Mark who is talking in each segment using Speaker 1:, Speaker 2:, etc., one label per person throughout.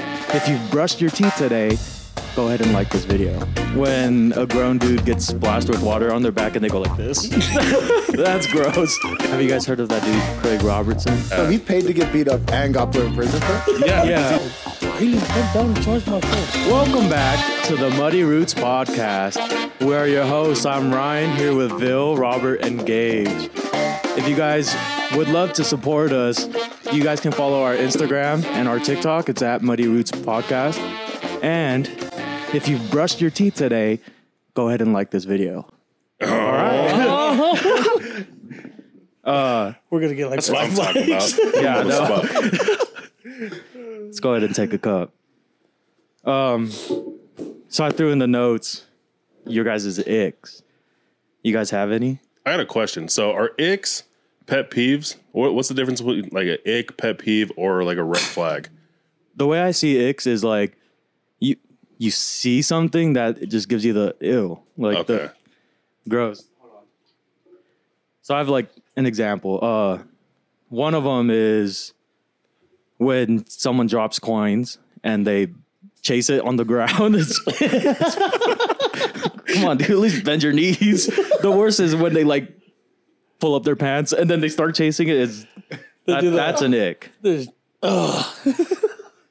Speaker 1: If you've brushed your teeth today, go ahead and like this video. When a grown dude gets splashed with water on their back and they go like this, that's gross. Have you guys heard of that dude, Craig Robertson?
Speaker 2: So he paid to get beat up and got put in prison for it?
Speaker 3: Yeah.
Speaker 1: Yeah. Welcome back to the Muddy Roots Podcast. We are your hosts. I'm Ryan here with Bill, Robert, and Gage. If you guys would love to support us, you guys can follow our Instagram and our TikTok. It's at Muddy Roots Podcast. And if you've brushed your teeth today, go ahead and like this video.
Speaker 4: We're gonna get like
Speaker 3: That's what I'm talking about.
Speaker 1: Yeah, no.
Speaker 3: Fuck.
Speaker 1: Let's go ahead and take a cup. Um, so I threw in the notes your guys' icks. You guys have any?
Speaker 3: I got a question. So are icks pet peeves? What, what's the difference between like an ick pet peeve or like a red flag?
Speaker 1: the way I see icks is like you you see something that it just gives you the ew, like
Speaker 3: Okay.
Speaker 1: the gross. So I have like an example. Uh, one of them is when someone drops coins and they chase it on the ground. It's- Come on, dude, at least bend your knees. The worst is when they like pull up their pants and then they start chasing it. Is that,
Speaker 4: do that.
Speaker 1: that's an ick.
Speaker 4: this.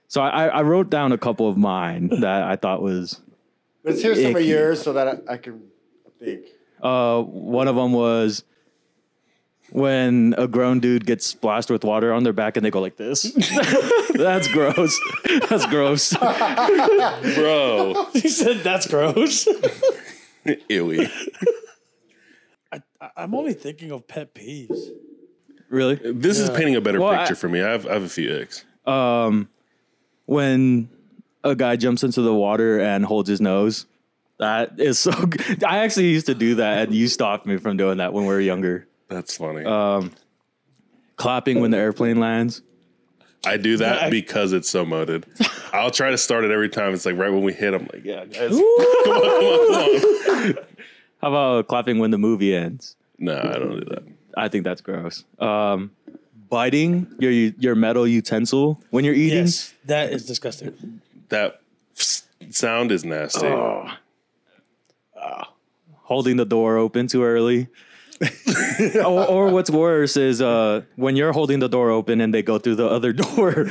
Speaker 1: So I, I wrote down a couple of mine that I thought was
Speaker 2: Let's hear some of
Speaker 1: Icky.
Speaker 2: yours so that I, I can think.
Speaker 1: uh, one of them was when a grown dude gets splashed with water on their back and they go like this. That's gross. That's gross.
Speaker 3: Bro.
Speaker 4: He said that's gross.
Speaker 3: Ewy.
Speaker 4: I, I- I'm only thinking of pet peeves.
Speaker 1: really?
Speaker 3: This is painting a better
Speaker 1: Well, I-
Speaker 3: picture for me. I have, I have a few icks.
Speaker 1: When a guy jumps into the water and holds his nose. That is so. Good. I actually used to do that, and you stopped me from doing that when we were younger.
Speaker 3: That's funny.
Speaker 1: Clapping when the airplane lands.
Speaker 3: I do that because it's so moated. I'll try to start it every time. It's like right when we hit, I'm like, yeah, guys. Come on, come on, come on.
Speaker 1: How about clapping when the movie ends?
Speaker 3: No, I don't do that.
Speaker 1: I think that's gross. Um, biting your your metal utensil when you're eating.
Speaker 4: Yes, that is disgusting.
Speaker 3: That sound is nasty.
Speaker 1: Oh. Holding the door open too early. or, or what's worse is uh, when you're holding the door open and they go through the other door.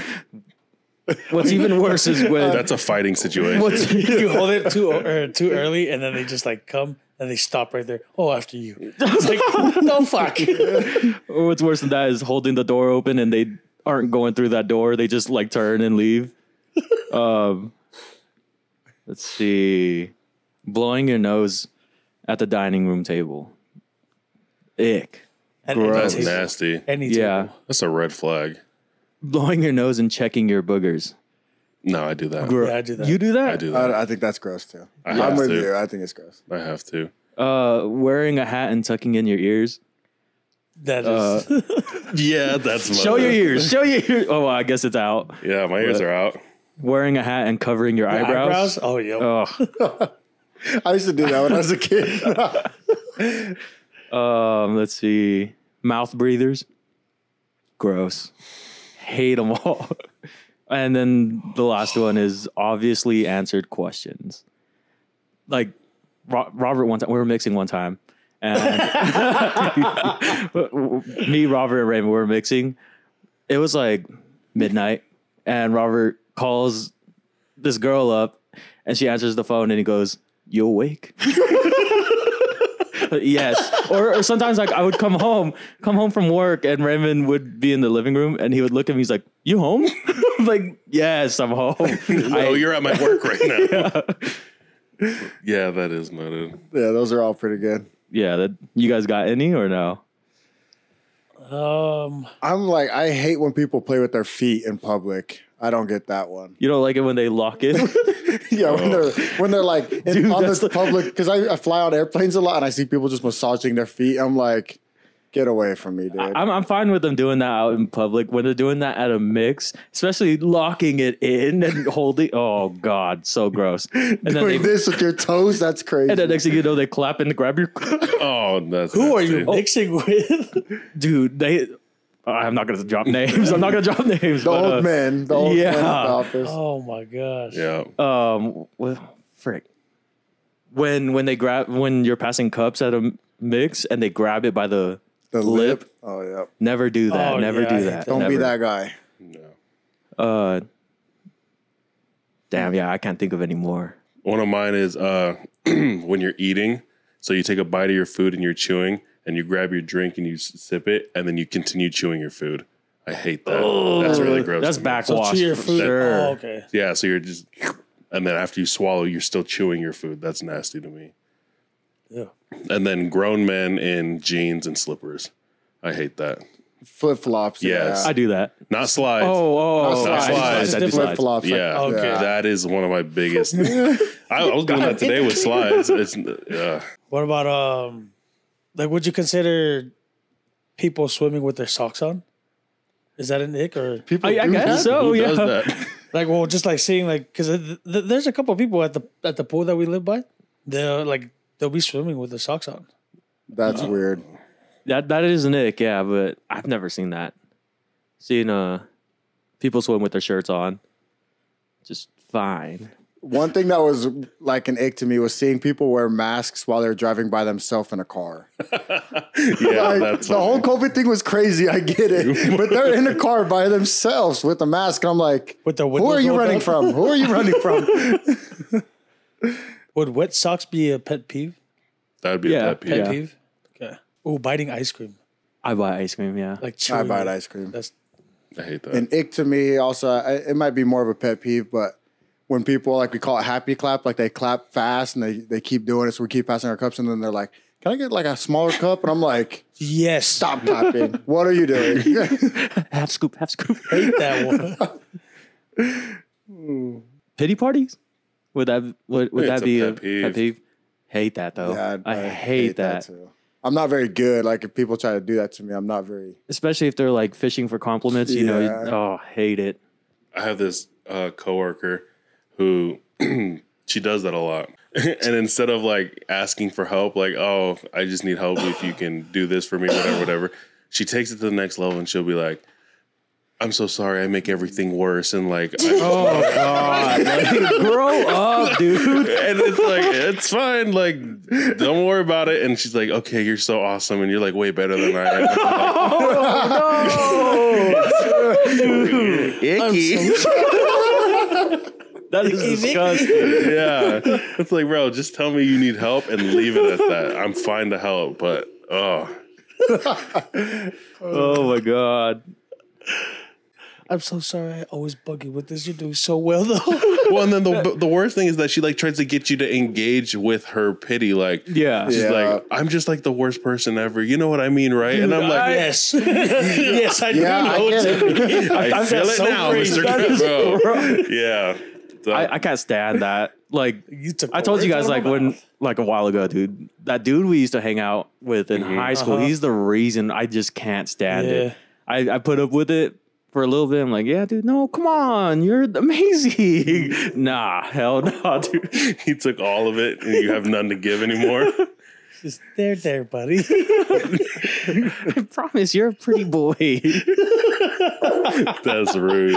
Speaker 1: what's even worse is when
Speaker 4: Uh,
Speaker 3: That's a fighting situation.
Speaker 1: what's,
Speaker 4: You hold it too or too early, and then they just like come and they stop right there. Oh, after you. It's like no fuck.
Speaker 1: what's worse than that is holding the door open and they aren't going through that door. They just like turn and leave. um, let's see, blowing your nose at the dining room table. Ick.
Speaker 4: And
Speaker 1: Gross.
Speaker 3: That's
Speaker 4: Any table.
Speaker 3: nasty.
Speaker 4: Any
Speaker 1: Yeah,
Speaker 4: table.
Speaker 3: That's a red flag.
Speaker 1: blowing your nose and checking your boogers.
Speaker 3: No, I do that.
Speaker 1: Gro-
Speaker 4: Yeah, I do that.
Speaker 1: You do that.
Speaker 3: I do that.
Speaker 2: I, I think that's gross too.
Speaker 3: I
Speaker 2: I'm
Speaker 3: have
Speaker 2: with
Speaker 3: to.
Speaker 2: you. I think it's gross.
Speaker 3: I have to.
Speaker 1: Uh, wearing a hat and tucking in your ears.
Speaker 4: That is.
Speaker 3: Yeah, that's my
Speaker 1: Show your ears. Show your ears. Oh, well, I guess it's out.
Speaker 3: Yeah, my ears are out.
Speaker 1: Wearing a hat and covering your eyebrows.
Speaker 4: eyebrows. Oh yeah.
Speaker 1: Ugh.
Speaker 2: I used to do that when I was a kid.
Speaker 1: Um, let's see. Mouth breathers. Gross. Hate them all. and then the last one is obviously answered questions. Like Ro- Robert one time, we were mixing one time. And me, Robert, and Raymond were mixing. It was like midnight. And Robert calls this girl up and she answers the phone and he goes, You awake? yes. Or, or sometimes like I would come home, come home from work, and Raymond would be in the living room, and he would look at me. He's like, "You home?" I'm like, "Yes, I'm home." I-
Speaker 3: oh, you're at my work right now. yeah. that is motive.
Speaker 2: yeah, those are all pretty good.
Speaker 1: yeah, that you guys got any or no?
Speaker 4: Um.
Speaker 2: I'm like, I hate when people play with their feet in public. I don't get that one.
Speaker 1: You don't like it when they lock it.
Speaker 2: Yeah, when they're when they're like in,
Speaker 1: Dude,
Speaker 2: on
Speaker 1: that's
Speaker 2: this
Speaker 1: the-
Speaker 2: public because I, I fly on airplanes a lot and I see people just massaging their feet. I'm like, get away from me, dude.
Speaker 1: I'm I'm fine with them doing that out in public when they're doing that at a mix, especially locking it in and holding. Oh God, so gross. And then they,
Speaker 2: Doing this with your toes, that's crazy.
Speaker 1: and then next thing you know, they clap and grab your.
Speaker 3: Oh, that's
Speaker 4: Who are
Speaker 3: nasty.
Speaker 4: you mixing with?
Speaker 1: dude they I'm not gonna drop names. I'm not gonna drop names.
Speaker 2: The
Speaker 1: but,
Speaker 2: old
Speaker 1: uh,
Speaker 2: man. The old man in the
Speaker 1: yeah.
Speaker 2: office.
Speaker 4: Oh my gosh.
Speaker 3: Yeah.
Speaker 1: um well, frick when when they grab when you're passing cups at a m- mix and they grab it by the
Speaker 2: the
Speaker 1: lip.
Speaker 2: Oh yeah.
Speaker 1: never do that
Speaker 4: Oh,
Speaker 1: never
Speaker 4: yeah, I
Speaker 1: do
Speaker 4: hate
Speaker 1: that
Speaker 4: that.
Speaker 2: Don't be
Speaker 1: never.
Speaker 2: that guy.
Speaker 1: uh damn yeah i can't think of any more
Speaker 3: One of mine is uh, when you're eating, so you take a bite of your food and you're chewing, and you grab your drink and you s- sip it, and then you continue chewing your food. I hate that. that's really gross.
Speaker 1: that's
Speaker 3: to me.
Speaker 1: backwash
Speaker 4: chew your
Speaker 1: for
Speaker 4: food.
Speaker 1: sure
Speaker 4: Oh, okay.
Speaker 3: Yeah, so you're just, and then after you swallow, you're still chewing your food. That's nasty to me.
Speaker 4: Yeah.
Speaker 3: And then grown men in jeans and slippers. I hate that.
Speaker 2: Flip flops.
Speaker 3: Yes.
Speaker 1: i do that
Speaker 3: Not slides.
Speaker 1: oh oh
Speaker 2: Outside.
Speaker 1: slides,
Speaker 3: Outside.
Speaker 1: I do
Speaker 2: Flip
Speaker 4: Different
Speaker 1: slides.
Speaker 2: flops.
Speaker 3: Yeah,
Speaker 4: Okay.
Speaker 3: that is one of my biggest. I, I was doing that today with slides. It's, uh,
Speaker 4: What about um like would you consider people swimming with their socks on? Is that an ick or
Speaker 2: People
Speaker 1: I, I
Speaker 2: do
Speaker 1: guess
Speaker 2: that?
Speaker 1: so
Speaker 3: who
Speaker 1: Oh, yeah
Speaker 3: does that?
Speaker 4: like well just like seeing like because th- th- there's a couple of people at the at the pool that we live by they're like they'll be swimming with their socks on
Speaker 2: That's weird.
Speaker 1: that that is an ick yeah but i've never seen that seen uh people swim with their shirts on just fine
Speaker 2: One thing that was like an ick to me was seeing people wear masks while they're driving by themselves in a car.
Speaker 3: Yeah,
Speaker 2: Like,
Speaker 3: that's
Speaker 2: the whole COVID thing was crazy. I get it, but they're in a car by themselves with a mask. I'm like,
Speaker 4: with their
Speaker 2: who are you running from? Who are you running from?
Speaker 4: would wet socks be a pet peeve
Speaker 3: that'd be
Speaker 1: Yeah,
Speaker 3: a pet peeve.
Speaker 4: pet
Speaker 1: Yeah.
Speaker 4: peeve okay oh biting ice cream
Speaker 1: i buy ice cream yeah
Speaker 4: like
Speaker 2: I
Speaker 4: chewing
Speaker 2: buy
Speaker 4: it.
Speaker 2: ice cream.
Speaker 4: that's
Speaker 3: I hate that.
Speaker 2: An ick to me also. I, it might be more of a pet peeve, but when people like we call it happy clap, like they clap fast and they they keep doing it, so we keep passing our cups, and then they're like, "Can I get like a smaller cup?" And I'm like,
Speaker 4: yes
Speaker 2: "Stop clapping! what are you doing?"
Speaker 1: half scoop half scoop
Speaker 4: hate that one
Speaker 1: pity parties? Would that would, would
Speaker 3: It's
Speaker 1: that
Speaker 3: a
Speaker 1: be a
Speaker 3: pet peeve.
Speaker 1: pet peeve? Hate that though.
Speaker 2: Yeah,
Speaker 1: I, hate, that.
Speaker 2: too. I'm not very good. Like if people try to do that to me, I'm not very.
Speaker 1: Especially if they're like fishing for compliments, you know, you-
Speaker 2: Yeah.
Speaker 1: oh, hate it.
Speaker 3: I have this uh, coworker who she does that a lot. and instead of like asking for help, like, oh, I just need help if you can do this for me, whatever, whatever, she takes it to the next level and she'll be like, I'm so sorry, I make everything worse. And like, I,
Speaker 1: Oh god. grow up, dude.
Speaker 3: and it's like, it's fine. Like, don't worry about it. And she's like, okay, you're so awesome. And you're like, way better than I am. Icky.
Speaker 1: That is disgusting.
Speaker 3: yeah. It's like, bro, just tell me you need help and leave it at that. I'm fine to help, but oh,
Speaker 1: Oh my god.
Speaker 4: i'm so sorry i always bug you with this you're doing so well though
Speaker 3: Well, and then the the worst thing is that she like tries to get you to engage with her pity. Like,
Speaker 1: Yeah.
Speaker 3: she's
Speaker 2: Yeah.
Speaker 3: like, I'm just like the worst person ever. You know what I mean, right? And I'm like,
Speaker 4: yes yes i
Speaker 2: Yeah, I
Speaker 4: do know
Speaker 2: get it.
Speaker 3: I,
Speaker 1: I've
Speaker 3: feel
Speaker 1: got
Speaker 3: it
Speaker 1: so
Speaker 3: now,
Speaker 1: many-
Speaker 3: Mister
Speaker 1: that is
Speaker 3: Bro.
Speaker 1: gross.
Speaker 3: Yeah, So-
Speaker 1: I, I can't stand that. Like
Speaker 4: You took
Speaker 1: I
Speaker 4: the
Speaker 1: told you
Speaker 4: words
Speaker 1: guys
Speaker 4: out of
Speaker 1: like
Speaker 4: my
Speaker 1: when
Speaker 4: mouth.
Speaker 1: like a while ago, dude. That dude we used to hang out with in
Speaker 3: Mm-hmm.
Speaker 1: high school,
Speaker 3: Uh-huh.
Speaker 1: he's the reason I just can't stand
Speaker 4: Yeah.
Speaker 1: it. I, I put up with it for a little bit. I'm like, yeah, dude, no, come on, you're amazing. nah, hell no, dude.
Speaker 3: he took all of it, and you have none to give anymore.
Speaker 4: just there there buddy
Speaker 1: I promise you're a pretty boy.
Speaker 3: That's rude.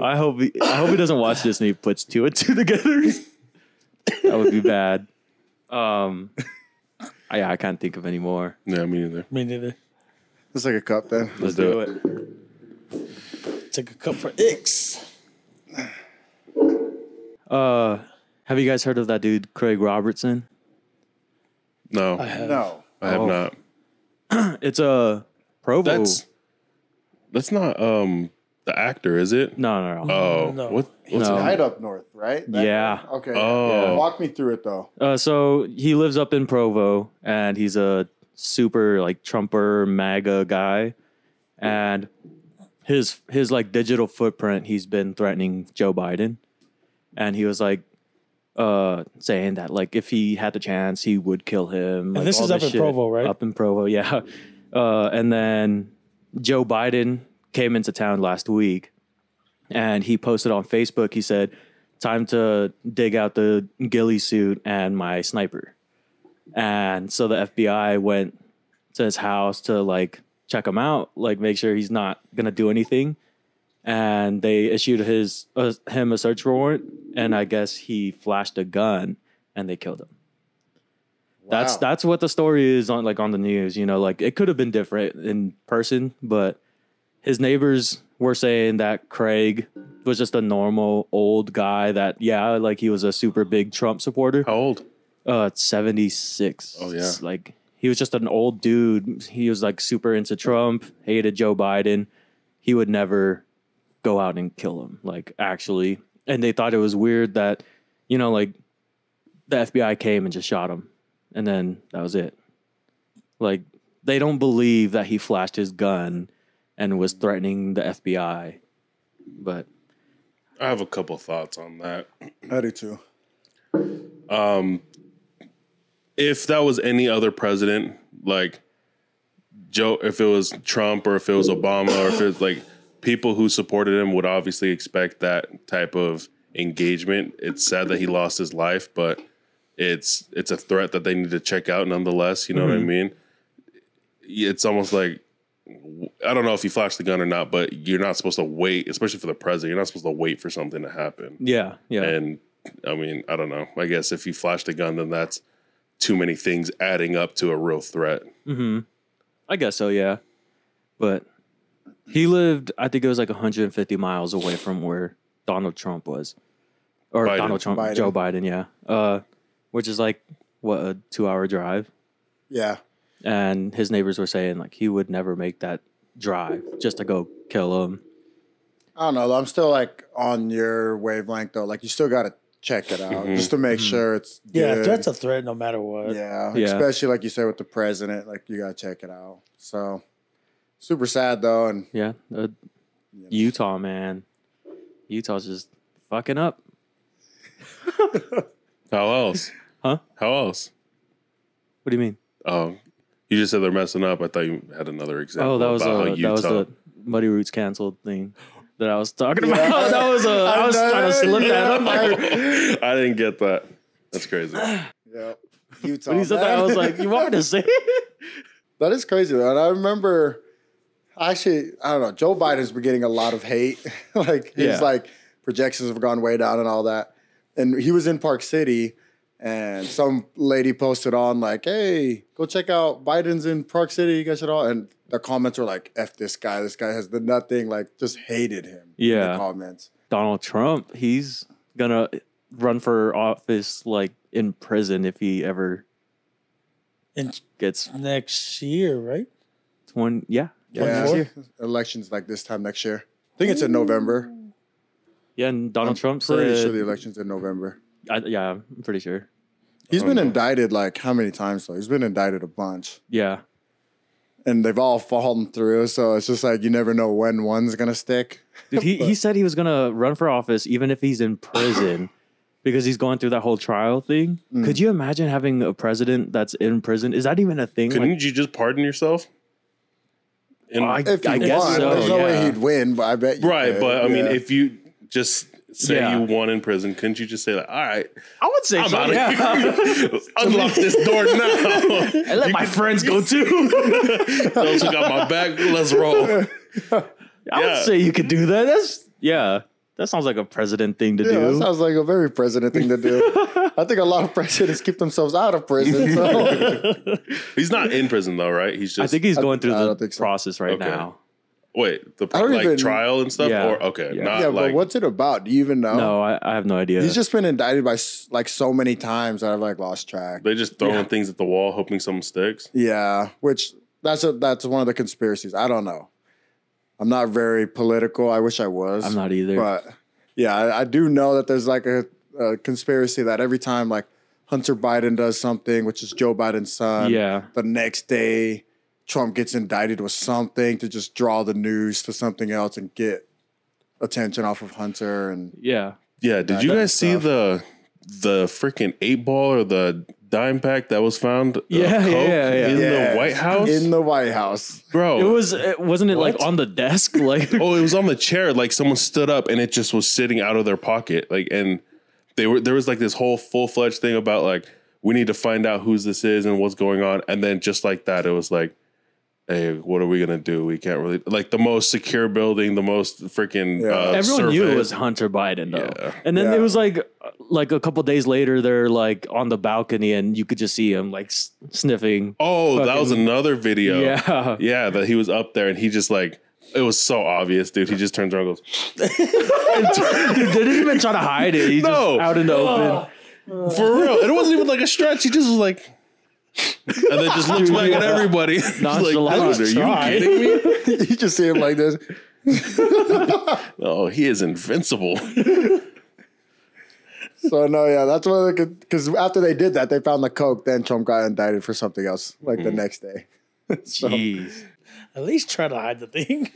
Speaker 1: I hope he, I hope he doesn't watch this and he puts two and two together. that would be bad. Um I, I can't think of any more.
Speaker 3: No, me neither.
Speaker 4: me neither
Speaker 2: Let's take a cup then.
Speaker 1: Let's,
Speaker 3: do
Speaker 1: do it.
Speaker 4: take a cup for icks
Speaker 1: Uh have you guys heard of that dude Craig Robertson?
Speaker 3: No, I have,
Speaker 4: have.
Speaker 2: No,
Speaker 1: Oh.
Speaker 3: not.
Speaker 1: It's a Provo.
Speaker 3: That's that's not um the actor, is it?
Speaker 1: no, no, no.
Speaker 3: Oh,
Speaker 4: No.
Speaker 3: what? What's
Speaker 1: No.
Speaker 3: it?
Speaker 2: right up north, right? That-
Speaker 1: Um, Yeah.
Speaker 2: Okay.
Speaker 3: Oh.
Speaker 2: Walk me through it though.
Speaker 1: Uh, so he lives up in Provo, and he's a super like Trumper MAGA guy, and his his like digital footprint. He's been threatening Joe Biden, and he was like uh saying that like if he had the chance he would kill him like,
Speaker 4: this
Speaker 1: all
Speaker 4: is up in
Speaker 1: shit.
Speaker 4: Provo, right?
Speaker 1: up in provo yeah uh and then joe biden came into town last week and he posted on facebook he said time to dig out the ghillie suit and my sniper and so the fbi went to his house to like check him out, like make sure he's not gonna do anything. And they issued his uh, him a search warrant, and I guess he flashed a gun, and they killed him. That's
Speaker 2: Wow.
Speaker 1: that's what the story is on like on the news. You know, like it could have been different in person, but his neighbors were saying that Craig was just a normal old guy. That yeah, like he was a super big Trump supporter.
Speaker 3: How old?
Speaker 1: Uh, seventy six.
Speaker 3: Oh, yeah.
Speaker 1: It's like he was just an old dude. He was like super into Trump, hated Joe Biden. He would never go out and kill him, like actually. And they thought it was weird that, you know, like the FBI came and just shot him, and then that was it. Like they don't believe that he flashed his gun and was threatening the FBI, but
Speaker 3: I have a couple thoughts on that.
Speaker 2: I do too.
Speaker 3: if that was any other president, like Joe, if it was Trump or if it was Obama or if it's like people who supported him would obviously expect that type of engagement. It's sad that he lost his life, but it's it's a threat that they need to check out nonetheless. You know what I mean? It's almost like I don't know if he flashed the gun or not, but you're not supposed to wait, especially for the president. You're not supposed to wait for something to happen.
Speaker 1: yeah, yeah,
Speaker 3: And I mean, I don't know. I guess if you flash the gun, then that's too many things adding up to a real threat.
Speaker 1: I guess so, yeah. But he lived, I think it was like 150 miles away from where Donald Trump was, or
Speaker 3: Biden.
Speaker 1: Donald Trump,
Speaker 2: Biden.
Speaker 1: Joe Biden, yeah. Uh, which is like what a two-hour drive,
Speaker 2: Yeah.
Speaker 1: and his neighbors were saying like he would never make that drive just to go kill him.
Speaker 2: I don't know. I'm still like on your wavelength though. Like you still gotta check it out
Speaker 1: Mm-hmm.
Speaker 2: just to make sure it's
Speaker 4: Yeah,
Speaker 2: good.
Speaker 4: that's a threat no matter what.
Speaker 2: yeah.
Speaker 1: Yeah.
Speaker 2: Especially like you said with the president, like you gotta check it out. So super sad though, and
Speaker 1: Yeah, uh, Utah man, Utah's just fucking up.
Speaker 3: How else?
Speaker 1: Huh?
Speaker 3: How else?
Speaker 1: What do you mean?
Speaker 3: Oh, you just said they're messing up. I thought you had another example.
Speaker 1: Oh, that was
Speaker 3: about
Speaker 1: a,
Speaker 3: how
Speaker 1: that was
Speaker 3: Utah-
Speaker 1: the Muddy Roots canceled thing that I was talking about. that was a I was
Speaker 2: know,
Speaker 1: trying to slip that
Speaker 2: yeah.
Speaker 1: up. Like,
Speaker 3: I didn't get that. That's crazy.
Speaker 2: yeah. Utah.
Speaker 1: When he said that, I was like, "You want me to say it?"
Speaker 2: That is crazy though. And I remember actually, I don't know, Joe Biden's been getting a lot of hate. like he's
Speaker 1: Yeah.
Speaker 2: like projections have gone way down and all that. And he was in Park City and some lady posted on like, hey, go check out Biden's in Park City, you guys should all and the comments were like, F this guy, this guy has the nothing, like just hated him. in
Speaker 1: Yeah.
Speaker 2: The comments.
Speaker 1: Donald Trump, he's gonna run for office like in prison if he ever
Speaker 4: In
Speaker 1: gets
Speaker 4: next year, right?
Speaker 1: twenty. Yeah,
Speaker 2: Yeah.
Speaker 1: 24?
Speaker 2: Elections like this time next year. I think it's in November.
Speaker 1: yeah. And Donald Trump
Speaker 2: Pretty
Speaker 1: said,
Speaker 2: sure the election's in November.
Speaker 1: I, "Yeah, I'm pretty sure."
Speaker 2: He's
Speaker 3: Oh,
Speaker 2: been
Speaker 3: no.
Speaker 2: indicted like how many times though? He's been indicted a bunch.
Speaker 1: Yeah,
Speaker 2: and they've all fallen through. So it's just like you never know when one's gonna stick.
Speaker 1: dude, he he said he was gonna run for office even if he's in prison. Because he's going through that whole trial thing. Could you imagine having a president that's in prison? Is that even a thing?
Speaker 3: Couldn't
Speaker 1: Like,
Speaker 3: you just pardon yourself? In,
Speaker 1: I-
Speaker 2: If you
Speaker 1: I guess
Speaker 2: won,
Speaker 1: so,
Speaker 2: there's no way
Speaker 1: yeah.
Speaker 2: he'd win, but I bet you
Speaker 3: right,
Speaker 2: could,
Speaker 3: but I mean,
Speaker 2: yeah.
Speaker 3: if you just say
Speaker 1: Yeah.
Speaker 3: you won in prison, couldn't you just say like, all right,
Speaker 1: I would say
Speaker 3: I'm
Speaker 1: so.
Speaker 3: out of
Speaker 1: yeah.
Speaker 3: here. Unlock this door now.
Speaker 1: I let my friends go too.
Speaker 3: Those who got my back, let's roll.
Speaker 1: I
Speaker 3: Yeah.
Speaker 1: would say you could do that. That's yeah. That sounds like a president thing to
Speaker 2: yeah,
Speaker 1: do.
Speaker 2: that sounds like a very president thing to do. I think a lot of presidents keep themselves out of prison. So
Speaker 3: He's not in prison though, right? He's just
Speaker 1: I think he's
Speaker 2: I-
Speaker 1: going through
Speaker 2: I
Speaker 1: the
Speaker 2: don't think so.
Speaker 1: process right
Speaker 3: Okay.
Speaker 1: now.
Speaker 3: wait the
Speaker 2: I don't
Speaker 3: like
Speaker 2: even-
Speaker 3: trial and stuff.
Speaker 1: Yeah.
Speaker 3: Or okay,
Speaker 1: Yeah.
Speaker 3: not
Speaker 2: yeah,
Speaker 3: like
Speaker 2: but what's it about? Do you even know?
Speaker 1: No, I, I have no idea.
Speaker 2: He's just been indicted by s- like so many times that I've like lost track.
Speaker 3: they just throwing
Speaker 1: Yeah.
Speaker 3: things at the wall, hoping something sticks.
Speaker 2: Yeah, which that's a, that's one of the conspiracies. I don't know. I'm not very political. I wish I was.
Speaker 1: I'm not either.
Speaker 2: But yeah, I, I do know that there's like a, a conspiracy that every time like Hunter Biden does something, which is Joe Biden's son,
Speaker 1: yeah,
Speaker 2: the next day Trump gets indicted with something to just draw the news to something else and get attention off of Hunter. And
Speaker 1: yeah.
Speaker 3: Yeah, did
Speaker 2: That
Speaker 3: you
Speaker 2: kind of
Speaker 3: guys see
Speaker 2: stuff.
Speaker 3: the the freaking eight ball or the dime pack that was found? of
Speaker 1: Yeah,
Speaker 3: coke
Speaker 1: yeah, yeah.
Speaker 3: in
Speaker 2: Yeah,
Speaker 3: the White House,
Speaker 2: in the White House.
Speaker 3: bro.
Speaker 1: It was it, wasn't it like
Speaker 3: What?
Speaker 1: on the desk? Like
Speaker 3: oh, it was on the chair. Like someone stood up and it just was sitting out of their pocket. Like, and they were there was like this whole full fledged thing about like we need to find out whose this is and what's going on. And then just like that, it was like hey, what are we gonna do? We can't really like the most secure building, the most freaking.
Speaker 2: Yeah.
Speaker 3: Uh,
Speaker 1: Everyone knew it
Speaker 3: survey.
Speaker 1: was Hunter Biden though.
Speaker 3: Yeah.
Speaker 1: And then
Speaker 2: Yeah.
Speaker 1: it was like like a couple days later they're like on the balcony and you could just see him like s- sniffing.
Speaker 3: Oh, that was
Speaker 1: fucking-
Speaker 3: another
Speaker 2: Oh,
Speaker 3: video.
Speaker 1: Yeah.
Speaker 3: yeah, that he was up there and he just like it was so obvious, dude. He just turns around and goes.
Speaker 1: Dude, they didn't even try to hide it. He's
Speaker 3: No.
Speaker 1: just out in the
Speaker 2: Oh.
Speaker 1: open.
Speaker 3: For real. It wasn't even like a stretch. He just was like, and then just looks back at everybody. Just
Speaker 1: Nonchalant.
Speaker 3: like, dude, are you
Speaker 4: Try.
Speaker 3: kidding me?
Speaker 2: you just see him like this.
Speaker 3: Oh, he is invincible.
Speaker 2: So no, yeah, that's what because after they did that, they found the coke. Then Trump got indicted for something else, like
Speaker 1: Mm.
Speaker 2: the next day.
Speaker 1: Jeez.
Speaker 4: At least try to hide the thing.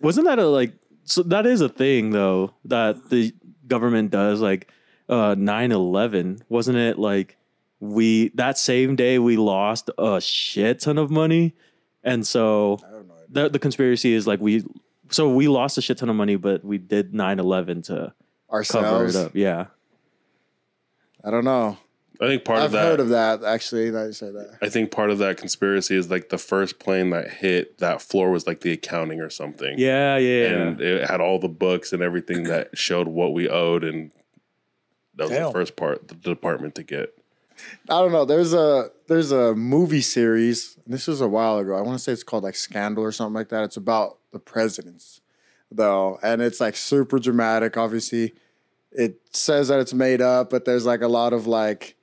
Speaker 1: Wasn't that a like so that is a thing though that the government does like uh 9/11 wasn't it like we that same day we lost a shit ton of money and so
Speaker 2: I don't know.
Speaker 1: the, the conspiracy is like we so we lost a shit ton of money but we did 9-11 to cover
Speaker 2: Ourselves.
Speaker 1: it up yeah
Speaker 2: I don't know.
Speaker 3: I think part
Speaker 2: I've
Speaker 3: of that.
Speaker 2: heard of that actually. Now you say that.
Speaker 3: I think part of that conspiracy is like the first plane that hit that floor was like the accounting or something.
Speaker 1: yeah yeah
Speaker 3: And it had all the books and everything that showed what we owed. And that was the
Speaker 4: Damn.
Speaker 3: first part, the department to get.
Speaker 2: I don't know. There's a there's a movie series. and This was a while ago. I want to say it's called like Scandal or something like that. It's about the presidents, though, and it's like super dramatic. Obviously, it says that it's made up, but there's like a lot of like,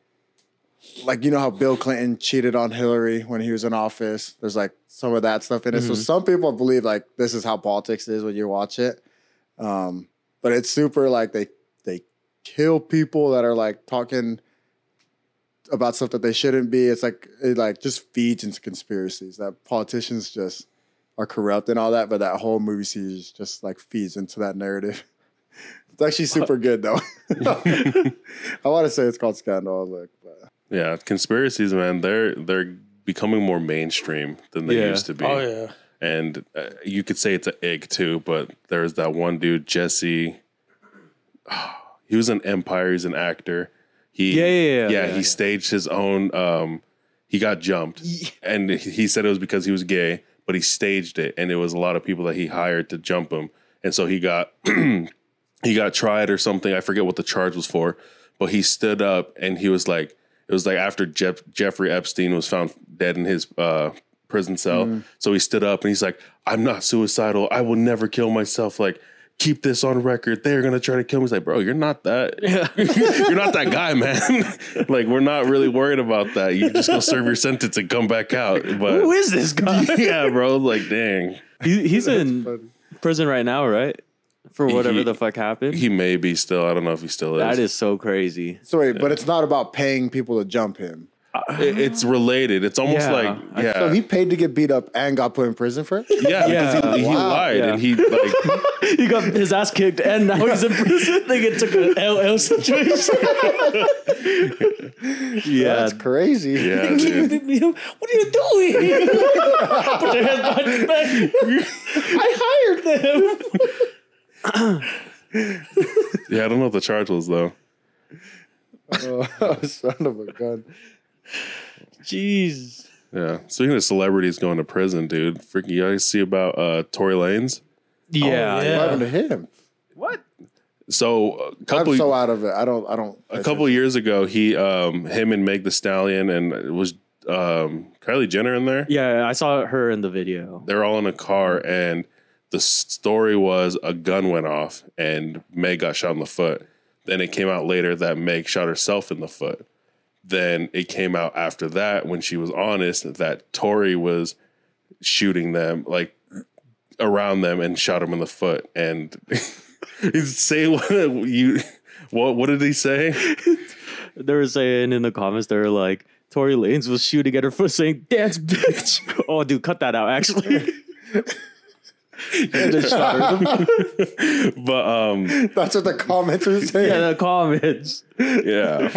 Speaker 2: like you know how Bill Clinton cheated on Hillary when he was in office. There's like some of that stuff in it. So some people believe like this is how politics is when you watch it. Um, but it's super like they they kill people that are like talking about stuff that they shouldn't be. It's like it like just feeds into conspiracies that politicians just are corrupt and all that. But that whole movie series just like feeds into that narrative. It's actually super good though. I want to say it's called Scandal. I was like, but
Speaker 3: Yeah. Conspiracies, man, they're, they're becoming more mainstream than they
Speaker 1: Yeah.
Speaker 3: used to be.
Speaker 4: oh yeah.
Speaker 3: And uh, you could say it's an egg too, but there's that one dude, Jesse. he was an Empire. He's an actor. He,
Speaker 1: Yeah, yeah, yeah,
Speaker 3: yeah,
Speaker 1: yeah,
Speaker 3: he
Speaker 1: yeah.
Speaker 3: staged his own. Um, he got jumped, and he he said it was because he was gay, but he staged it, and it was a lot of people that he hired to jump him, and so he got he got tried or something. I forget what the charge was for, but he stood up and he was like, it was like after Jeff, Jeffrey Epstein was found dead in his uh, prison cell. So he stood up and he's like, I'm not suicidal. I will never kill myself. Like, keep this on record. They're going to try to kill me. He's like, bro, you're not that. you're not that guy, man. like, we're not really worried about that. You just go serve your sentence and come back out.
Speaker 1: who
Speaker 3: But
Speaker 1: is this guy
Speaker 3: yeah, bro, like, dang.
Speaker 1: he, he's in prison right now right for whatever
Speaker 3: He-
Speaker 1: the fuck happened
Speaker 3: He may be still. I don't know if he still is.
Speaker 1: that is so crazy
Speaker 2: so wait, but it's not about paying people to jump him.
Speaker 3: It- it's related. It's almost
Speaker 1: Yeah.
Speaker 3: like
Speaker 1: I-
Speaker 3: yeah,
Speaker 2: So he paid to get beat up and got put in prison for it.
Speaker 3: yeah, because he, he
Speaker 2: Wow.
Speaker 3: lied
Speaker 1: Yeah.
Speaker 3: and he like
Speaker 1: he got his ass kicked and
Speaker 4: Oh,
Speaker 1: now he's in prison
Speaker 4: I think it took an LL situation.
Speaker 1: yeah
Speaker 2: That's crazy.
Speaker 3: yeah, dude.
Speaker 4: what are you doing? Put your hands behind your back. I hired them.
Speaker 3: yeah. I don't know what the charge was though.
Speaker 2: Oh, son of a gun.
Speaker 4: Jeez.
Speaker 3: Yeah. Speaking of celebrities going to prison, dude. Freaking, you guys see about uh Tory Lanez?
Speaker 1: yeah,
Speaker 4: Oh,
Speaker 1: yeah.
Speaker 2: What happened to him?
Speaker 3: So a
Speaker 2: I'm
Speaker 3: couple
Speaker 2: so out of it. I don't. I don't.
Speaker 3: a couple years ago, he um him and Meg the Stallion and it was um Kylie Jenner in there.
Speaker 1: Yeah, I saw her in the video.
Speaker 3: They're all in a car and the story was a gun went off and Meg got shot in the foot. Then it came out later that Meg shot herself in the foot. Then it came out after that when she was honest that Tori was shooting them like around them and shot him in the foot. And say what you what what did he say?
Speaker 1: They were saying in the comments, they were like, Tori Lanez was shooting at her foot saying, dance, bitch. oh, dude, cut that out, actually. And they shot her.
Speaker 3: But um
Speaker 2: That's what the comments were saying.
Speaker 1: yeah, the comments.
Speaker 3: yeah.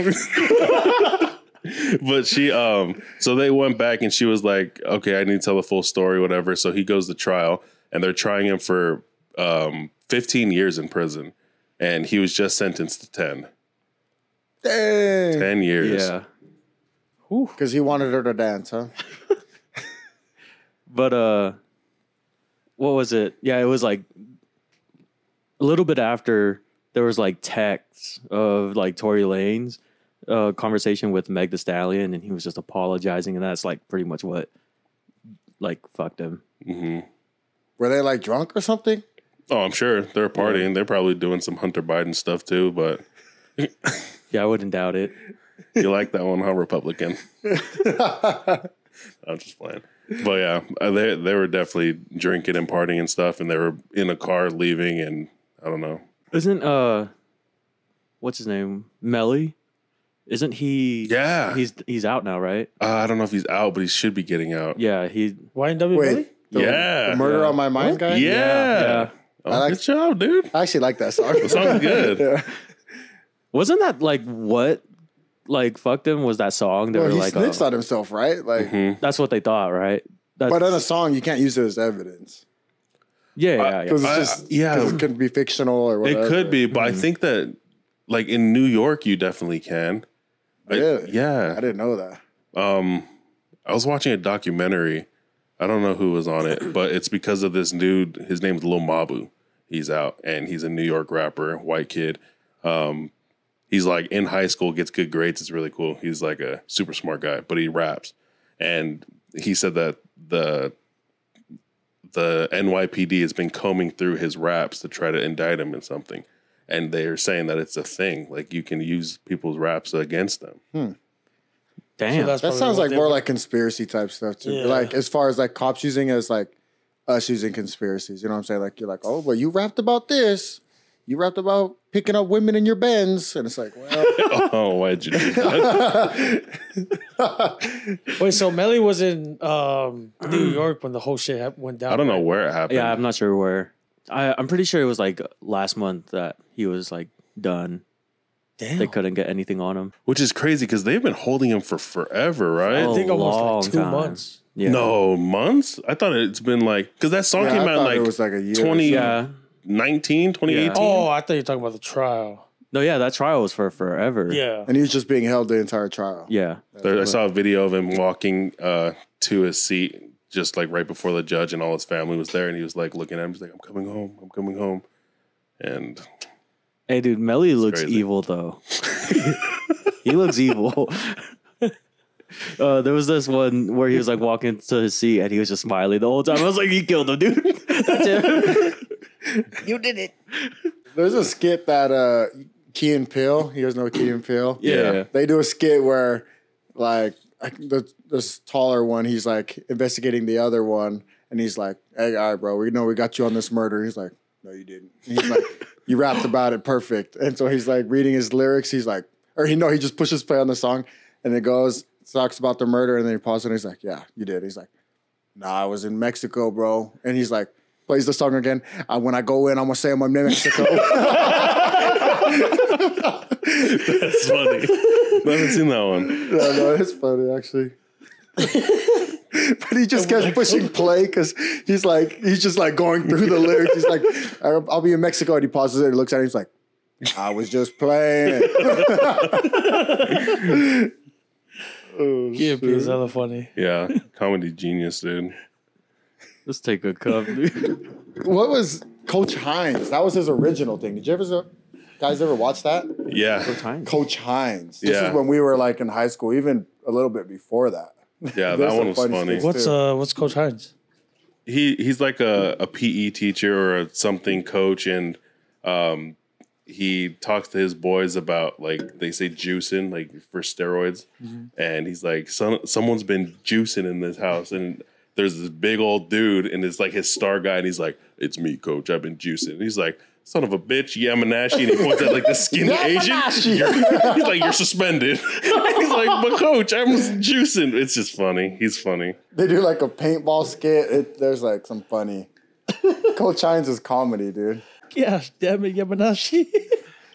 Speaker 3: but she um so they went back and she was like okay i need to tell the full story whatever so he goes to trial and they're trying him for um 15 years in prison and he was just sentenced to 10
Speaker 2: Dang.
Speaker 3: 10 years
Speaker 1: Yeah.
Speaker 2: Because he wanted her to dance, huh?
Speaker 1: But uh, what was it? Yeah, it was like a little bit after there was like texts of like Tory Lane's uh, conversation with Meg The Stallion, and he was just apologizing, and that's like pretty much what like fucked him.
Speaker 3: hmm
Speaker 2: Were they like drunk or something?
Speaker 3: Oh, I'm sure they're partying. They're probably doing some Hunter Biden stuff too. But
Speaker 1: Yeah, I wouldn't doubt it.
Speaker 3: you like that one, huh, Republican? I'm just playing. But yeah, uh, they they were definitely drinking and partying and stuff, and they were in a car leaving, and I don't know.
Speaker 1: Isn't uh, what's his name? Melly. Isn't he?
Speaker 3: Yeah,
Speaker 1: He's he's out now, right?
Speaker 3: uh, I don't know if he's out, but he should be getting out.
Speaker 1: Yeah, he.
Speaker 4: YNW Melly?
Speaker 2: Wait, the,
Speaker 3: Yeah.
Speaker 2: the murder on my mind guy.
Speaker 3: Yeah,
Speaker 1: yeah.
Speaker 3: Oh,
Speaker 2: I like-
Speaker 3: good job, dude.
Speaker 2: I actually like that song.
Speaker 3: That sounds good.
Speaker 2: Yeah.
Speaker 1: Wasn't that like what like fucked him? Was that song? They
Speaker 2: Well,
Speaker 1: were
Speaker 2: he
Speaker 1: like,
Speaker 4: uh,
Speaker 2: snitched
Speaker 1: oh,
Speaker 2: on himself, right? Like,
Speaker 4: Mm-hmm.
Speaker 3: Mhm.
Speaker 1: that's what they thought, right? That's,
Speaker 2: but uh, in a song, you can't use it as evidence
Speaker 1: yeah,
Speaker 3: Uh,
Speaker 1: yeah, yeah.
Speaker 2: because
Speaker 3: I-
Speaker 2: it's just
Speaker 3: yeah.
Speaker 2: 'cause it could be fictional or whatever.
Speaker 3: It could be, but I think that like in New York, you definitely can. I-
Speaker 2: Really? I
Speaker 3: yeah.
Speaker 2: didn't know that.
Speaker 3: Um, I was watching a documentary. I don't know who was on it, but it's because of this dude. His name's Lil Mabu. He's out and he's a New York rapper, white kid. Um, he's like in high school, gets good grades. It's really cool. He's like a super smart guy, but he raps. And he said that the the NYPD has been combing through his raps to try to indict him in something. And they're saying that it's a thing. Like you can use people's raps against them.
Speaker 1: Damn.
Speaker 4: that's-
Speaker 2: That
Speaker 4: probably
Speaker 2: sounds
Speaker 4: what
Speaker 2: like
Speaker 4: they
Speaker 2: more
Speaker 4: would-
Speaker 2: like conspiracy type stuff too.
Speaker 4: Yeah.
Speaker 2: Like as far as like cops using it as like us using conspiracies. You know what I'm saying? Like you're like, oh, but you rapped about this. You rapped about picking up women in your bends, and it's like, well,
Speaker 3: oh, why'd you do that?
Speaker 4: Wait, so Melly was in um, New York when the whole shit hap- went down.
Speaker 3: I don't know
Speaker 4: right?
Speaker 3: where it happened.
Speaker 1: yeah, I'm not sure where. I, I'm pretty sure it was like last month that he was like done.
Speaker 4: Damn.
Speaker 1: They couldn't get anything on him.
Speaker 3: Which is crazy because they've been holding him for forever, right?
Speaker 1: Oh,
Speaker 4: I think almost
Speaker 1: long
Speaker 4: like two
Speaker 1: time.
Speaker 4: months.
Speaker 1: Yeah.
Speaker 3: No, months? I thought it's been like, because that song
Speaker 2: yeah,
Speaker 3: came
Speaker 2: I
Speaker 3: out in
Speaker 2: thought
Speaker 3: like
Speaker 2: it was like a year. or
Speaker 3: 20
Speaker 2: something.
Speaker 1: Yeah.
Speaker 3: 19, 2018.
Speaker 4: Oh, I thought you were talking about the trial.
Speaker 1: No, yeah, that trial was for forever.
Speaker 4: Yeah.
Speaker 2: and he was just being held the entire trial.
Speaker 1: Yeah.
Speaker 3: There, I saw a video of him walking uh, to his seat just like right before the judge, and all his family was there, and he was like looking at him. He's like, I'm coming home. I'm coming home. And
Speaker 1: Hey, dude, Melly looks
Speaker 3: crazy.
Speaker 1: evil though. he looks evil. Uh, there was this one where he was like walking to his seat and he was just smiling the whole time. I was like, "You killed him, dude." That's it.
Speaker 2: There's a skit that uh Key and Peele, you guys know Key and Peele?
Speaker 1: Yeah.
Speaker 3: Yeah.
Speaker 2: They do a skit where like I- the this taller one, he's like investigating the other one and he's like, Hey, all right, bro, we know we got you on this murder. He's like, No, you didn't. And he's like, You rapped about it perfect. And so he's like reading his lyrics, he's like or he no, he just pushes play on the song and it goes, talks about the murder, and then he pauses and he's like, Yeah, you did. He's like, Nah, I was in Mexico, bro. And he's like, plays the song again. Uh, when I go in, I'm gonna say I'm in Mexico.
Speaker 3: that's funny. I haven't seen that one.
Speaker 2: No, no, it's funny actually. but he just kept pushing play because he's like, he's just like going through the lyrics. He's like, "I'll I'll be in Mexico, and he pauses it. He looks at it. He's like, I was just playing.
Speaker 4: Yeah, it's hella funny.
Speaker 3: Yeah. Comedy genius, dude.
Speaker 1: Let's take a cup, dude.
Speaker 2: what was Coach Hines? That was his original thing. Did you ever guys ever watch that?
Speaker 3: Yeah.
Speaker 1: Time.
Speaker 2: Coach Hines. This
Speaker 3: Yeah.
Speaker 2: is when we were like in high school, even a little bit before that.
Speaker 3: Yeah.
Speaker 2: Those
Speaker 3: That
Speaker 2: are
Speaker 3: one was
Speaker 2: funny
Speaker 3: funny.
Speaker 2: skits.
Speaker 4: What's uh what's Coach Hines?
Speaker 3: he he's like a, a PE teacher or a something coach, and um, he talks to his boys about like they say juicing, like for steroids, and he's like, Some, someone's been juicing in this house, and there's this big old dude, and it's like his star guy, and he's like, it's me, coach, I've been juicing, and he's like. Son of a bitch, Yamanashi, and he points at like the skinny Asian. You're- he's like, "You're suspended." And he's like, "But coach, I'm juicing." It's just funny. He's funny.
Speaker 2: They do like a paintball skit. It, there's like some funny. Coach Hines is comedy, dude.
Speaker 4: Yeah, damn it, Yamanashi.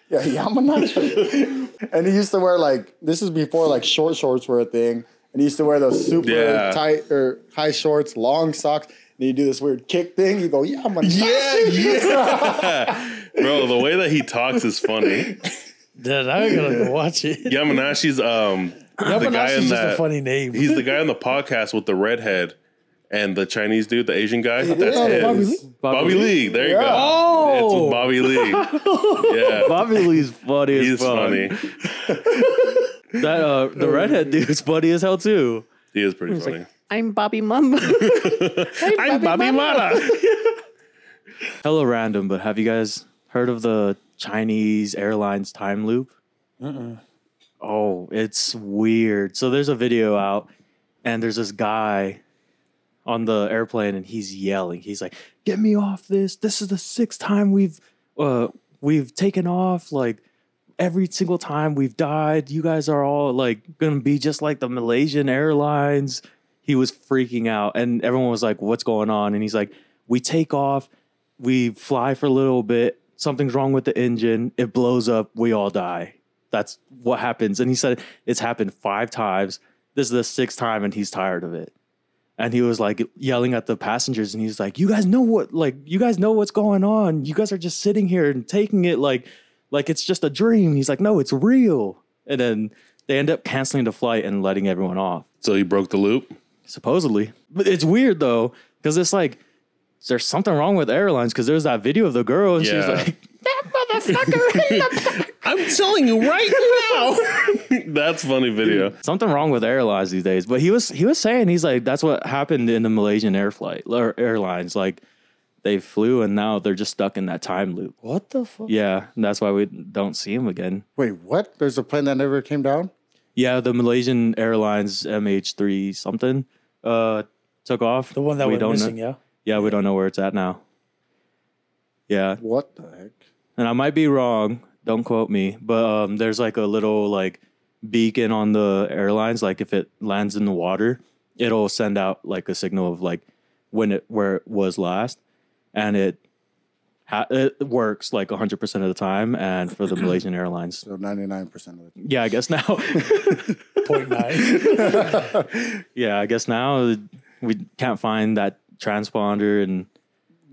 Speaker 2: Yeah, Yamanashi. and he used to wear like this is before like short shorts were a thing. And he used to wear those super
Speaker 3: Yeah.
Speaker 2: tight or high shorts, long socks. And you do this weird kick thing. You go, Yamanashi.
Speaker 3: Bro, the way that he talks is funny.
Speaker 4: Dude, I gotta go watch it.
Speaker 3: Yamanashi's um the guy
Speaker 4: Yamanashi's
Speaker 3: in
Speaker 4: just
Speaker 3: that
Speaker 4: a funny name.
Speaker 3: he's the guy on the podcast with the redhead and the Chinese dude, the Asian guy, that's
Speaker 2: Yeah,
Speaker 3: him.
Speaker 2: Bobby
Speaker 3: Bobby,
Speaker 2: Lee.
Speaker 1: Bobby, Lee.
Speaker 3: Lee. There you
Speaker 2: Yeah.
Speaker 3: go.
Speaker 4: Oh.
Speaker 3: It's Bobby Lee. yeah.
Speaker 1: Bobby Lee's funny as
Speaker 3: He's
Speaker 1: fuck.
Speaker 3: funny. Oh,
Speaker 1: That uh, the redhead dude's funny as hell too.
Speaker 3: He is pretty funny.
Speaker 5: I'm Bobby Mum.
Speaker 3: I'm Bobby Mara.
Speaker 1: Hella random, but have you guys heard of the Chinese Airlines time loop? Oh, it's weird. So there's a video out, and there's this guy on the airplane, and he's yelling. He's like, "Get me off this! This is the sixth time we've uh, we've taken off. Like every single time we've died, you guys are all like gonna be just like the Malaysian Airlines." He was freaking out, and everyone was like, "What's going on?" And he's like, "We take off, we fly for a little bit. Something's wrong with the engine. It blows up. We all die." that's what happens. And he said it's happened five times. This is the sixth time, and he's tired of it. And he was like yelling at the passengers, and he's like, "You guys know what? Like, you guys know what's going on. You guys are just sitting here and taking it like, like it's just a dream." He's like, "No, it's real." And then they end up canceling the flight and letting everyone off
Speaker 3: So he broke the loop.
Speaker 1: supposedly. But it's weird though, because it's like there's something wrong with airlines. Because there's that video of the girl, and she's
Speaker 3: Yeah.
Speaker 1: like,
Speaker 3: I'm telling you right now. That's funny video.
Speaker 1: something wrong with airlines these days. But he was he was saying he's like that's what happened in the Malaysian air flight or airlines. Like they flew and now they're just stuck in that time loop.
Speaker 4: What the fuck?
Speaker 1: Yeah, and that's why we don't see him again.
Speaker 2: Wait, what? There's a plane that never came down?
Speaker 1: Yeah, the Malaysian Airlines MH3 something uh took off.
Speaker 4: The one that we went missing, yeah.
Speaker 1: Yeah, we don't know where it's at now. Yeah,
Speaker 2: What the heck?
Speaker 1: and I might be wrong. Don't quote me, but um, there's like a little like beacon on the airlines. Like if it lands in the water, it'll send out like a signal of like when it where it was last, and it ha- it works like 100 percent of the time. And for the Malaysian Airlines,
Speaker 2: So 99% of the
Speaker 1: yeah, I guess now,
Speaker 4: Point nine.
Speaker 1: yeah, I guess now we can't find that transponder, and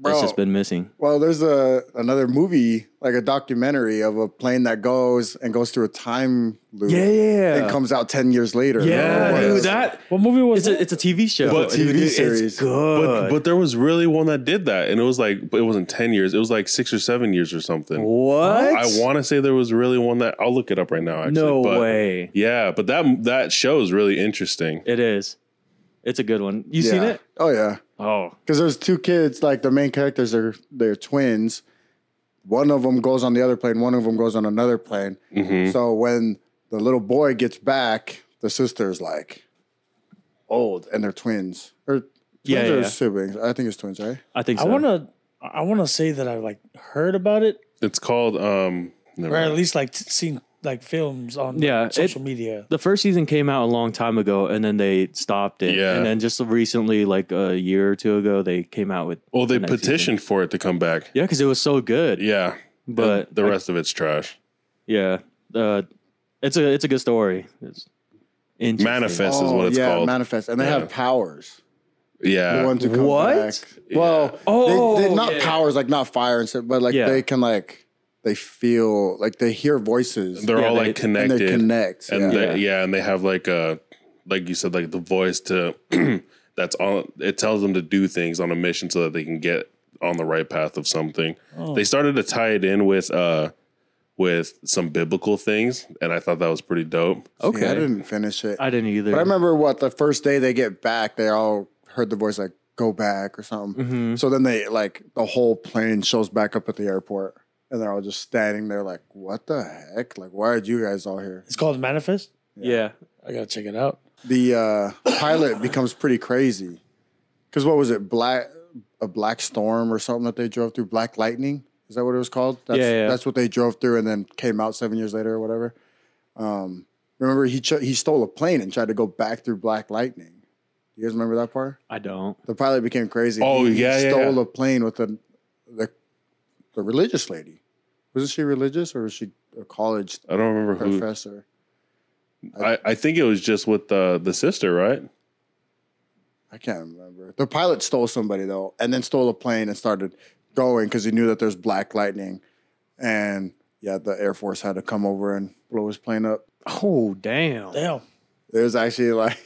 Speaker 2: Bro.
Speaker 1: it's just been missing.
Speaker 2: Well, there's a another movie, like a documentary of a plane that goes and goes through a time loop and comes out 10 years later.
Speaker 1: yeah,
Speaker 2: Or
Speaker 1: dude,
Speaker 2: what?
Speaker 1: that
Speaker 4: what movie
Speaker 1: it's
Speaker 4: was it?
Speaker 1: a it's a TV show,
Speaker 3: But
Speaker 1: Dude,
Speaker 2: TV
Speaker 1: it's
Speaker 2: series.
Speaker 1: good.
Speaker 3: But but there was really one that did that, and it was like but it wasn't ten years. It was like six or seven years or something.
Speaker 1: What?
Speaker 3: I want to say there was really one that I'll look it up right now. Actually,
Speaker 1: No
Speaker 3: but,
Speaker 1: way.
Speaker 3: Yeah, but that that show is really interesting.
Speaker 1: It is. It's a good one. You
Speaker 2: Yeah.
Speaker 1: seen it?
Speaker 2: Oh, yeah.
Speaker 1: Oh.
Speaker 2: Because there's two kids, like the main characters are they're twins. One of them goes on the other plane, one of them goes on another plane.
Speaker 3: Mm-hmm.
Speaker 2: So when the little boy gets back, the sister's like old and they're twins. Or twins
Speaker 1: Yeah, yeah,
Speaker 2: or
Speaker 1: yeah.
Speaker 2: siblings. I think it's twins, right?
Speaker 1: I think
Speaker 4: I
Speaker 1: so.
Speaker 4: want to. I want to say that I like heard about it,
Speaker 3: It's called um. never
Speaker 4: or at
Speaker 3: mind.
Speaker 4: least like t- seen like films on
Speaker 1: Yeah,
Speaker 4: yeah,
Speaker 1: it-
Speaker 4: social media.
Speaker 1: the first season came out a long time ago and then they stopped it.
Speaker 3: Yeah.
Speaker 1: And then just recently, like a year or two ago, they came out with
Speaker 3: Well, they
Speaker 1: the next season.
Speaker 3: petitioned for it to come back.
Speaker 1: Yeah, because it was so good.
Speaker 3: Yeah,
Speaker 1: But
Speaker 3: the rest of it's trash.
Speaker 1: yeah. Uh, it's a it's a good story. It's interesting.
Speaker 3: Manifest is what
Speaker 1: Oh,
Speaker 3: it's
Speaker 2: yeah,
Speaker 3: called.
Speaker 2: manifest. And they
Speaker 3: Yeah.
Speaker 2: have powers.
Speaker 3: yeah,
Speaker 2: the one to come
Speaker 1: What?
Speaker 2: back. Well, oh, they, they, not
Speaker 1: yeah.
Speaker 2: powers like not fire and stuff, but like
Speaker 1: Yeah.
Speaker 2: they can like they feel like they hear voices
Speaker 3: they're
Speaker 1: Yeah,
Speaker 3: all
Speaker 1: they-
Speaker 3: like
Speaker 2: and they
Speaker 3: connected.
Speaker 2: connect.
Speaker 3: and
Speaker 2: yeah.
Speaker 3: yeah. They, yeah, and they have like a like you said, like the voice to that's all. It tells them to do things on a mission so that they can get on the right path of something.
Speaker 4: Oh.
Speaker 3: They started to tie it in with uh with some biblical things, and I thought that was pretty dope.
Speaker 1: Okay.
Speaker 2: Yeah, I
Speaker 1: I, didn't,
Speaker 2: didn't finish it.
Speaker 1: either.
Speaker 2: but I remember what the first day they get back, they all heard the voice like "go back" or something.
Speaker 1: Mm-hmm.
Speaker 2: So then they like the whole plane shows back up at the airport, and they're all just standing there like, "What the heck? Like, why are you guys all here?"
Speaker 4: It's called Manifest.
Speaker 1: yeah.
Speaker 4: I gotta check it out.
Speaker 2: the uh, pilot becomes pretty crazy. Because what was it, black a black storm or something that they drove through? Black lightning is that what it was called? That's,
Speaker 1: Yeah, yeah.
Speaker 2: that's what they drove through and then came out seven years later or whatever. Um, remember he ch- he stole a plane and tried to go back through black lightning. You guys remember that part?
Speaker 1: I don't.
Speaker 2: The pilot became crazy.
Speaker 3: Oh,
Speaker 2: he, he
Speaker 3: yeah, yeah,
Speaker 2: stole
Speaker 3: yeah.
Speaker 2: a plane with the, the the religious lady. Wasn't she religious or was she a college
Speaker 3: I don't remember who.
Speaker 2: professor?
Speaker 3: I, I think it was just with uh, the the sister, right?
Speaker 2: I can't remember. The pilot stole somebody though, and then stole a plane and started going because he knew that there's black lightning, and yeah, the Air Force had to come over and blow his plane up.
Speaker 1: Oh damn.
Speaker 4: Damn.
Speaker 2: It was actually like,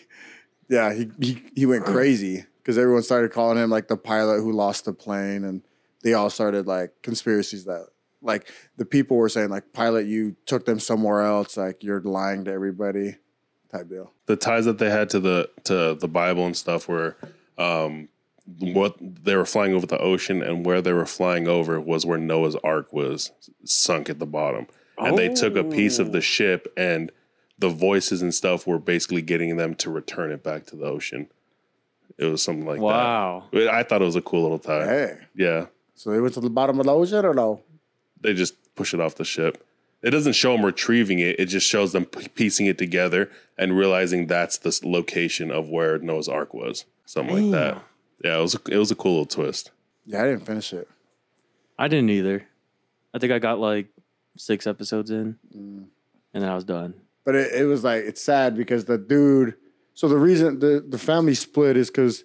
Speaker 2: yeah, he he, he went crazy. because everyone started calling him like the pilot who lost the plane, and they all started like conspiracies that like the people were saying like pilot you took them somewhere else, like you're lying to everybody, type deal.
Speaker 3: the ties that they had to the to the Bible and stuff were um what they were flying over the ocean and where they were flying over was where Noah's ark was sunk at the bottom. And they took a piece of the ship and the voices and stuff were basically getting them to return it back to the ocean. It was something like
Speaker 1: Wow.
Speaker 3: that. I thought it was a cool little tie.
Speaker 2: Hey,
Speaker 3: Yeah.
Speaker 2: so they went to the bottom of the ocean or no?
Speaker 3: They just push it off the ship. It doesn't show them retrieving it. It just shows them p- piecing it together and realizing that's the s- location of where Noah's Ark was. Something like that. Yeah, it was a, it was a cool little twist.
Speaker 2: Yeah, I didn't finish it.
Speaker 1: I didn't either. I think I got like six episodes in, and then I was done.
Speaker 2: but it, it was like it's sad because the dude so the reason the, the family split is because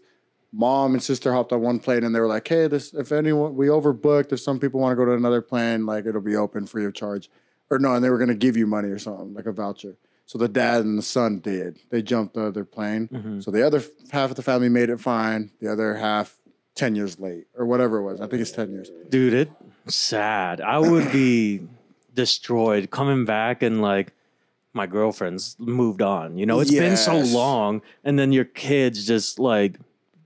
Speaker 2: mom and sister hopped on one plane and they were like hey this if anyone we overbooked if some people want to go to another plane like it'll be open free of charge or no and they were going to give you money or something like a voucher so the dad and the son did they jumped the other plane so the other f- half of the family made it fine the other half 10 years late or whatever it was i think it's 10 years
Speaker 1: Dude, it sad. I would be destroyed coming back and like my girlfriend's moved on. You know, it's been so
Speaker 2: Yes.
Speaker 1: long, and then your kids just like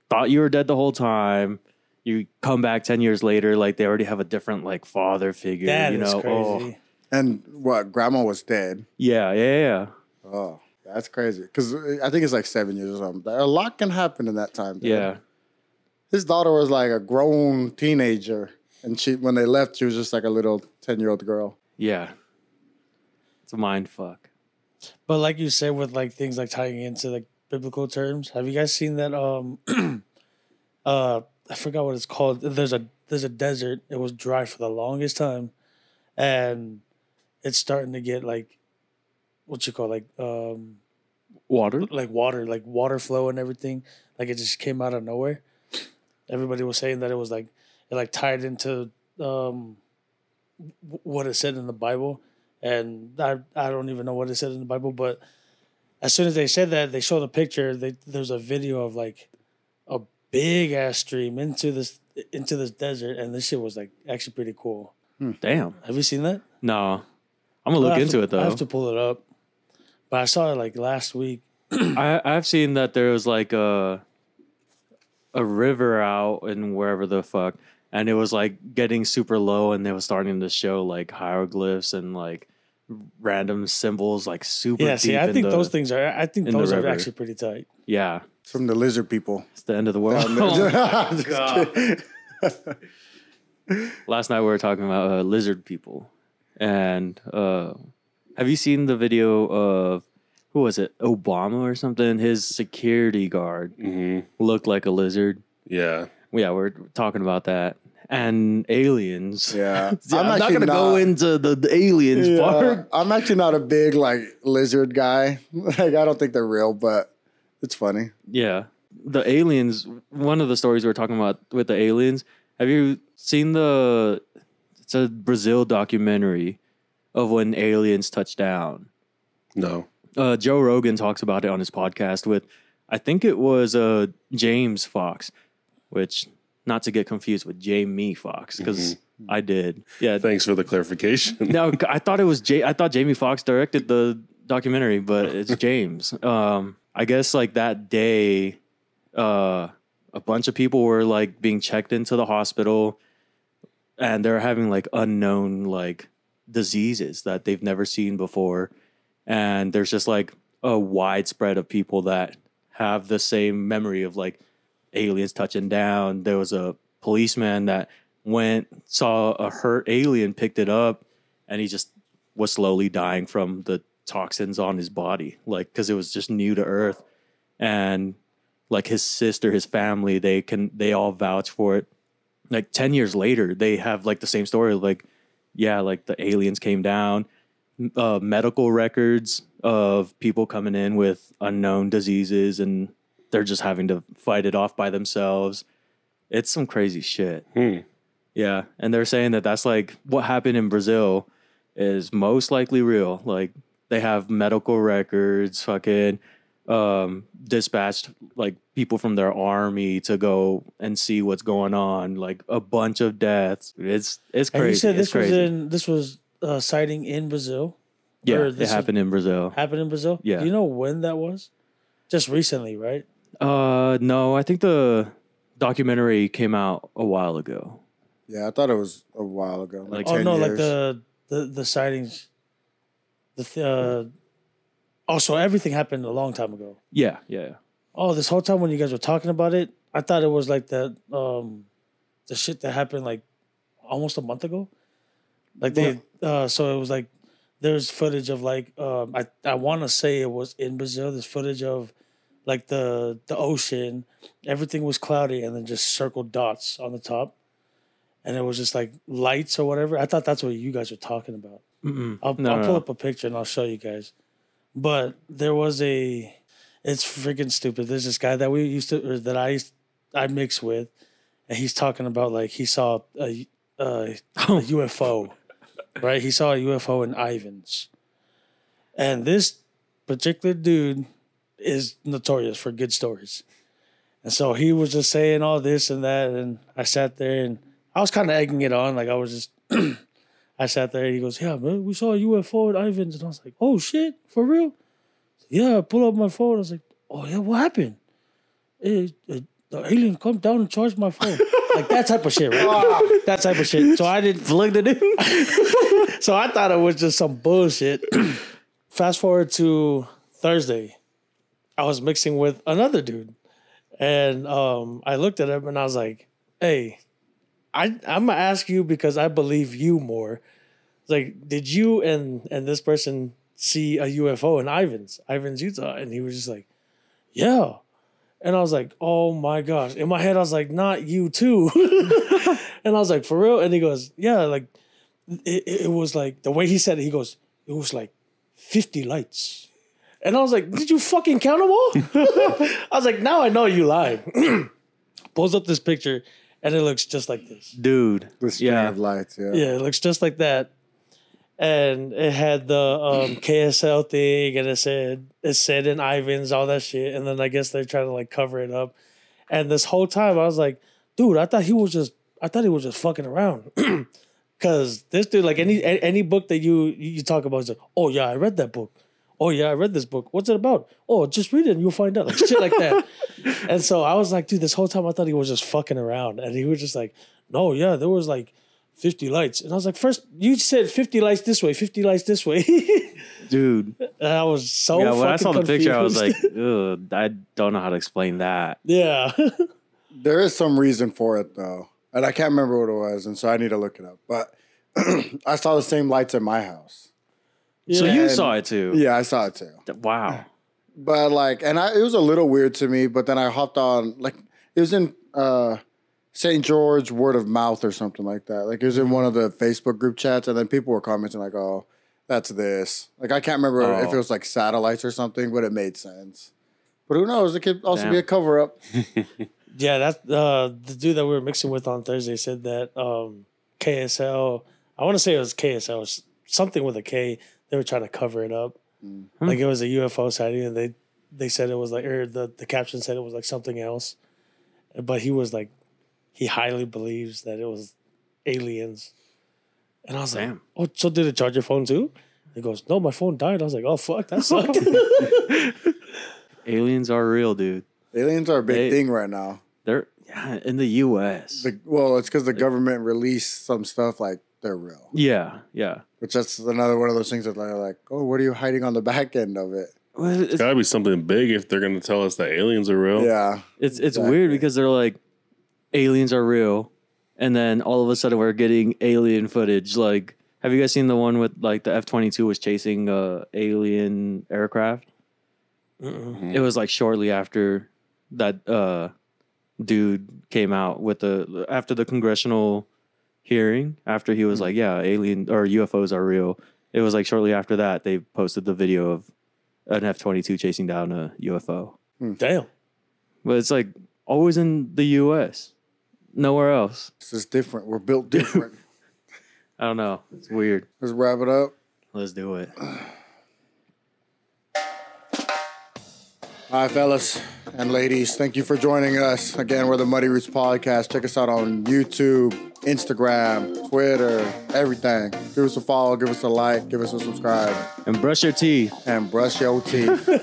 Speaker 1: thought you were dead the whole time. You come back ten years later, like they already have a different like father figure.
Speaker 4: That
Speaker 1: you
Speaker 4: is
Speaker 1: know, Oh,
Speaker 4: crazy.
Speaker 2: and what grandma was dead
Speaker 1: yeah, yeah, yeah.
Speaker 2: Oh, that's crazy. Because I think it's like seven years or something. A lot can happen in that time. dude.
Speaker 1: yeah.
Speaker 2: His daughter was like a grown teenager. And she, when they left, she was just like a little 10 year old girl.
Speaker 1: Yeah. It's a mind fuck.
Speaker 4: But like you said, with like things like tying into like biblical terms, have you guys seen that? Um, uh, I forgot what it's called. There's a there's a desert. It was dry for the longest time, and it's starting to get like what you call like um
Speaker 1: Water?
Speaker 4: like water, like water flow and everything. Like it just came out of nowhere. Everybody was saying that it was like it like tied into um w- what it said in the Bible, and I I don't even know what it said in the Bible, but as soon as they said that, they showed a picture. They there's a video of like a big ass stream into this into this desert, and this shit was like actually pretty cool.
Speaker 1: Damn.
Speaker 4: Have you seen that?
Speaker 1: No. I'm gonna
Speaker 4: I
Speaker 1: look
Speaker 4: have
Speaker 1: into
Speaker 4: to-
Speaker 1: it though.
Speaker 4: I have to pull it up, but I saw it like last week.
Speaker 1: I I've seen that there was like a a river out in wherever the fuck, and it was like getting super low, and they was starting to show like hieroglyphs and like random symbols, like super.
Speaker 4: Yeah, see,
Speaker 1: deep
Speaker 4: I
Speaker 1: in
Speaker 4: think
Speaker 1: the-
Speaker 4: those things are. I think
Speaker 1: in the
Speaker 4: those are
Speaker 1: river.
Speaker 4: actually pretty tight.
Speaker 1: Yeah,
Speaker 2: It's from the lizard people.
Speaker 1: it's the end of the world.
Speaker 2: Just
Speaker 1: Oh God.
Speaker 2: kidding.
Speaker 1: Last night we were talking about uh, lizard people, and uh, have you seen the video of who was it, Obama or something? His security guard
Speaker 3: Mhm.
Speaker 1: looked like a lizard.
Speaker 3: Yeah.
Speaker 1: Yeah, we're talking about that. And aliens.
Speaker 2: Yeah.
Speaker 1: Yeah, I'm, not gonna
Speaker 2: actually
Speaker 1: go into the, the aliens
Speaker 2: Yeah,
Speaker 1: part.
Speaker 2: I'm actually not a big like lizard guy. Like, I don't think they're real, but it's funny.
Speaker 1: Yeah, the aliens. One of the stories we we're talking about with the aliens. Have you seen the? It's a Brazil documentary of when aliens touch down.
Speaker 3: No.
Speaker 1: uh, Joe Rogan talks about it on his podcast with, I think it was uh, James Fox, which not to get confused with Jamie Fox because
Speaker 2: Mm-hmm.
Speaker 1: I did. Yeah,
Speaker 3: Thanks for the clarification.
Speaker 1: no, I thought it was J- I thought Jamie Foxx directed the documentary, but it's James. Um, I guess like that day, uh, a bunch of people were like being checked into the hospital, and they're having like unknown like diseases that they've never seen before, and there's just like a widespread of people that have the same memory of like aliens touching down. There was a policeman that went saw a hurt alien, picked it up, and he just was slowly dying from the toxins on his body, like because it was just new to Earth. And like his sister, his family, they can they all vouch for it. Like ten years later, they have like the same story. Like, yeah, like the aliens came down. M- Uh, medical records of people coming in with unknown diseases, and they're just having to fight it off by themselves. It's some crazy shit.
Speaker 3: Hmm.
Speaker 1: Yeah, and they're saying that that's like what happened in Brazil is most likely real. Like they have medical records, fucking um, dispatched like people from their army to go and see what's going on. Like a bunch of deaths. It's it's crazy.
Speaker 4: And you said
Speaker 1: it's
Speaker 4: this was
Speaker 1: crazy.
Speaker 4: in this was a sighting in Brazil. or
Speaker 1: yeah,
Speaker 4: this
Speaker 1: it
Speaker 4: is-
Speaker 1: happened in Brazil.
Speaker 4: Happened in Brazil.
Speaker 1: Yeah.
Speaker 4: Do you know when that was? Just recently, right?
Speaker 1: Uh, no, I think the documentary came out a while ago.
Speaker 2: Yeah, I thought it was a while ago.
Speaker 1: Like-
Speaker 2: Like,
Speaker 4: oh
Speaker 2: 10
Speaker 4: no, like
Speaker 2: years.
Speaker 4: the the the sightings. The th- uh, also everything happened a long time ago.
Speaker 1: Yeah, yeah. yeah.
Speaker 4: Oh, this whole time when you guys were talking about it, I thought it was like that um the shit that happened like almost a month ago. Like they uh so it was like there's footage of like um I, I wanna say it was in Brazil, there's footage of like the the ocean, everything was cloudy and then just circle dots on the top. And it was just like lights or whatever. I thought that's what you guys were talking about.
Speaker 1: Mm-mm.
Speaker 4: I'll,
Speaker 1: Mm-hmm. No,
Speaker 4: I'll
Speaker 1: no,
Speaker 4: pull
Speaker 1: no.
Speaker 4: up a picture and I'll show you guys. But there was a, it's freaking stupid. There's this guy that we used to, or that I, used- I mix with, and he's talking about like he saw a, a, a UFO, right? He saw a UFO in Ivan's, and this particular dude is notorious for good stories, and so he was just saying all this and that, and I sat there and I was kind of egging it on, like I was just I sat there and he goes, Yeah, man, we saw a UFO at Ivan's. And I was like, Oh shit, for real? Yeah, I pull up my phone. I was like, Oh yeah, what happened? "Eh, eh, the alien come down and charged my phone. like that type of shit, right? that type of shit. So I didn't
Speaker 1: Look at it.
Speaker 4: so I thought it was just some bullshit. Fast forward to Thursday, I was mixing with another dude, and um, I looked at him and I was like, "Hey, I I'm gonna ask you because I believe you more. It's Like, did you and and this person see a UFO in Ivan's Ivan's Utah?" And he was just like, "Yeah." And I was like, oh my gosh. In my head, I was like, not you too. and I was like, for real? And he goes, yeah, like it, it- it was like the way he said it. He goes, it was like fifty lights, and I was like, did you fucking count them all? I was like, now I know you lied. Pulls up this picture, and it looks just like this.
Speaker 1: Dude.
Speaker 2: the string
Speaker 1: yeah.
Speaker 2: of lights. Yeah.
Speaker 4: Yeah, it looks just like that. And it had the um, KSL thing, and it said it said in Ivan's all that shit. And then I guess they try to like cover it up. And this whole time, I was like, dude, I thought he was just, I thought he was just fucking around. Cause this dude, like any a- any book that you you talk about, is like, oh yeah, I read that book. Oh yeah, I read this book. What's it about? Oh, just read it and you'll find out. Like shit like that. and so I was like, dude, this whole time I thought he was just fucking around. And he was just like, no, yeah, there was like 50 lights. And I was like, first, you said 50 lights this way, 50 lights this way.
Speaker 1: Dude.
Speaker 4: and I was so
Speaker 1: yeah, when I
Speaker 4: fucking
Speaker 1: saw the picture, I was like,
Speaker 4: confused.
Speaker 1: Ugh, I don't know how to explain that.
Speaker 4: yeah.
Speaker 2: There is some reason for it though, and I can't remember what it was, and so I need to look it up. But I saw the same lights at my house.
Speaker 1: So
Speaker 4: Yeah.
Speaker 1: you
Speaker 2: And-
Speaker 1: saw it too.
Speaker 2: Yeah, I saw it too.
Speaker 1: Th- Wow.
Speaker 2: But like, and I it was a little weird to me. But then I hopped on like it was in uh St. George word of mouth or something like that. Like it was in one of the Facebook group chats, and then people were commenting like, "Oh, that's this." Like I can't remember
Speaker 1: Oh.
Speaker 2: if it was like satellites or something, but it made sense. But who knows? It could also
Speaker 1: Damn.
Speaker 2: be a cover up.
Speaker 4: Yeah, that uh, the dude that we were mixing with on Thursday said that um, KSL. I want to say it was KSL, or s- something with a K. They were trying to cover it up, like it was a UFO sighting, and they they said it was like, or the the caption said it was like something else, but he was like, he highly believes that it was aliens, and I was
Speaker 1: Damn.
Speaker 4: like, oh, so did it charge your phone too? He goes, no, my phone died. I was like, oh fuck, that sucked.
Speaker 1: Aliens are real, dude.
Speaker 2: Aliens are a big
Speaker 1: They-
Speaker 2: thing right now.
Speaker 1: They're yeah, in the U.S.
Speaker 2: The, well, it's because the government released some stuff like they're real,
Speaker 1: yeah, yeah.
Speaker 2: which that's another one of those things that they're like, oh, what are you hiding on the back end of it?
Speaker 1: Well, it's-
Speaker 3: Gotta be something big if they're gonna tell us that aliens are real.
Speaker 2: Yeah,
Speaker 1: It's it's
Speaker 2: Exactly.
Speaker 1: weird because they're like aliens are real, and then all of a sudden we're getting alien footage. Like, have you guys seen the one with like the F twenty two was chasing a alien aircraft? It was like shortly after that uh, dude came out with the after the congressional hearing after he was like, yeah, alien or UFOs are real. It was like shortly after that they posted the video of an F twenty two chasing down a UFO
Speaker 4: Damn.
Speaker 1: but it's like always in the U.S., nowhere else.
Speaker 2: this is different. We're built different.
Speaker 1: I don't know. It's weird.
Speaker 2: Let's wrap it up.
Speaker 1: Let's do it.
Speaker 2: All right, fellas and ladies, thank you for joining us. Again, we're the Muddy Roots Podcast. Check us out on YouTube, Instagram, Twitter, everything. Give us a follow, give us a like, give us a subscribe,
Speaker 1: And brush your teeth.
Speaker 2: and brush your teeth.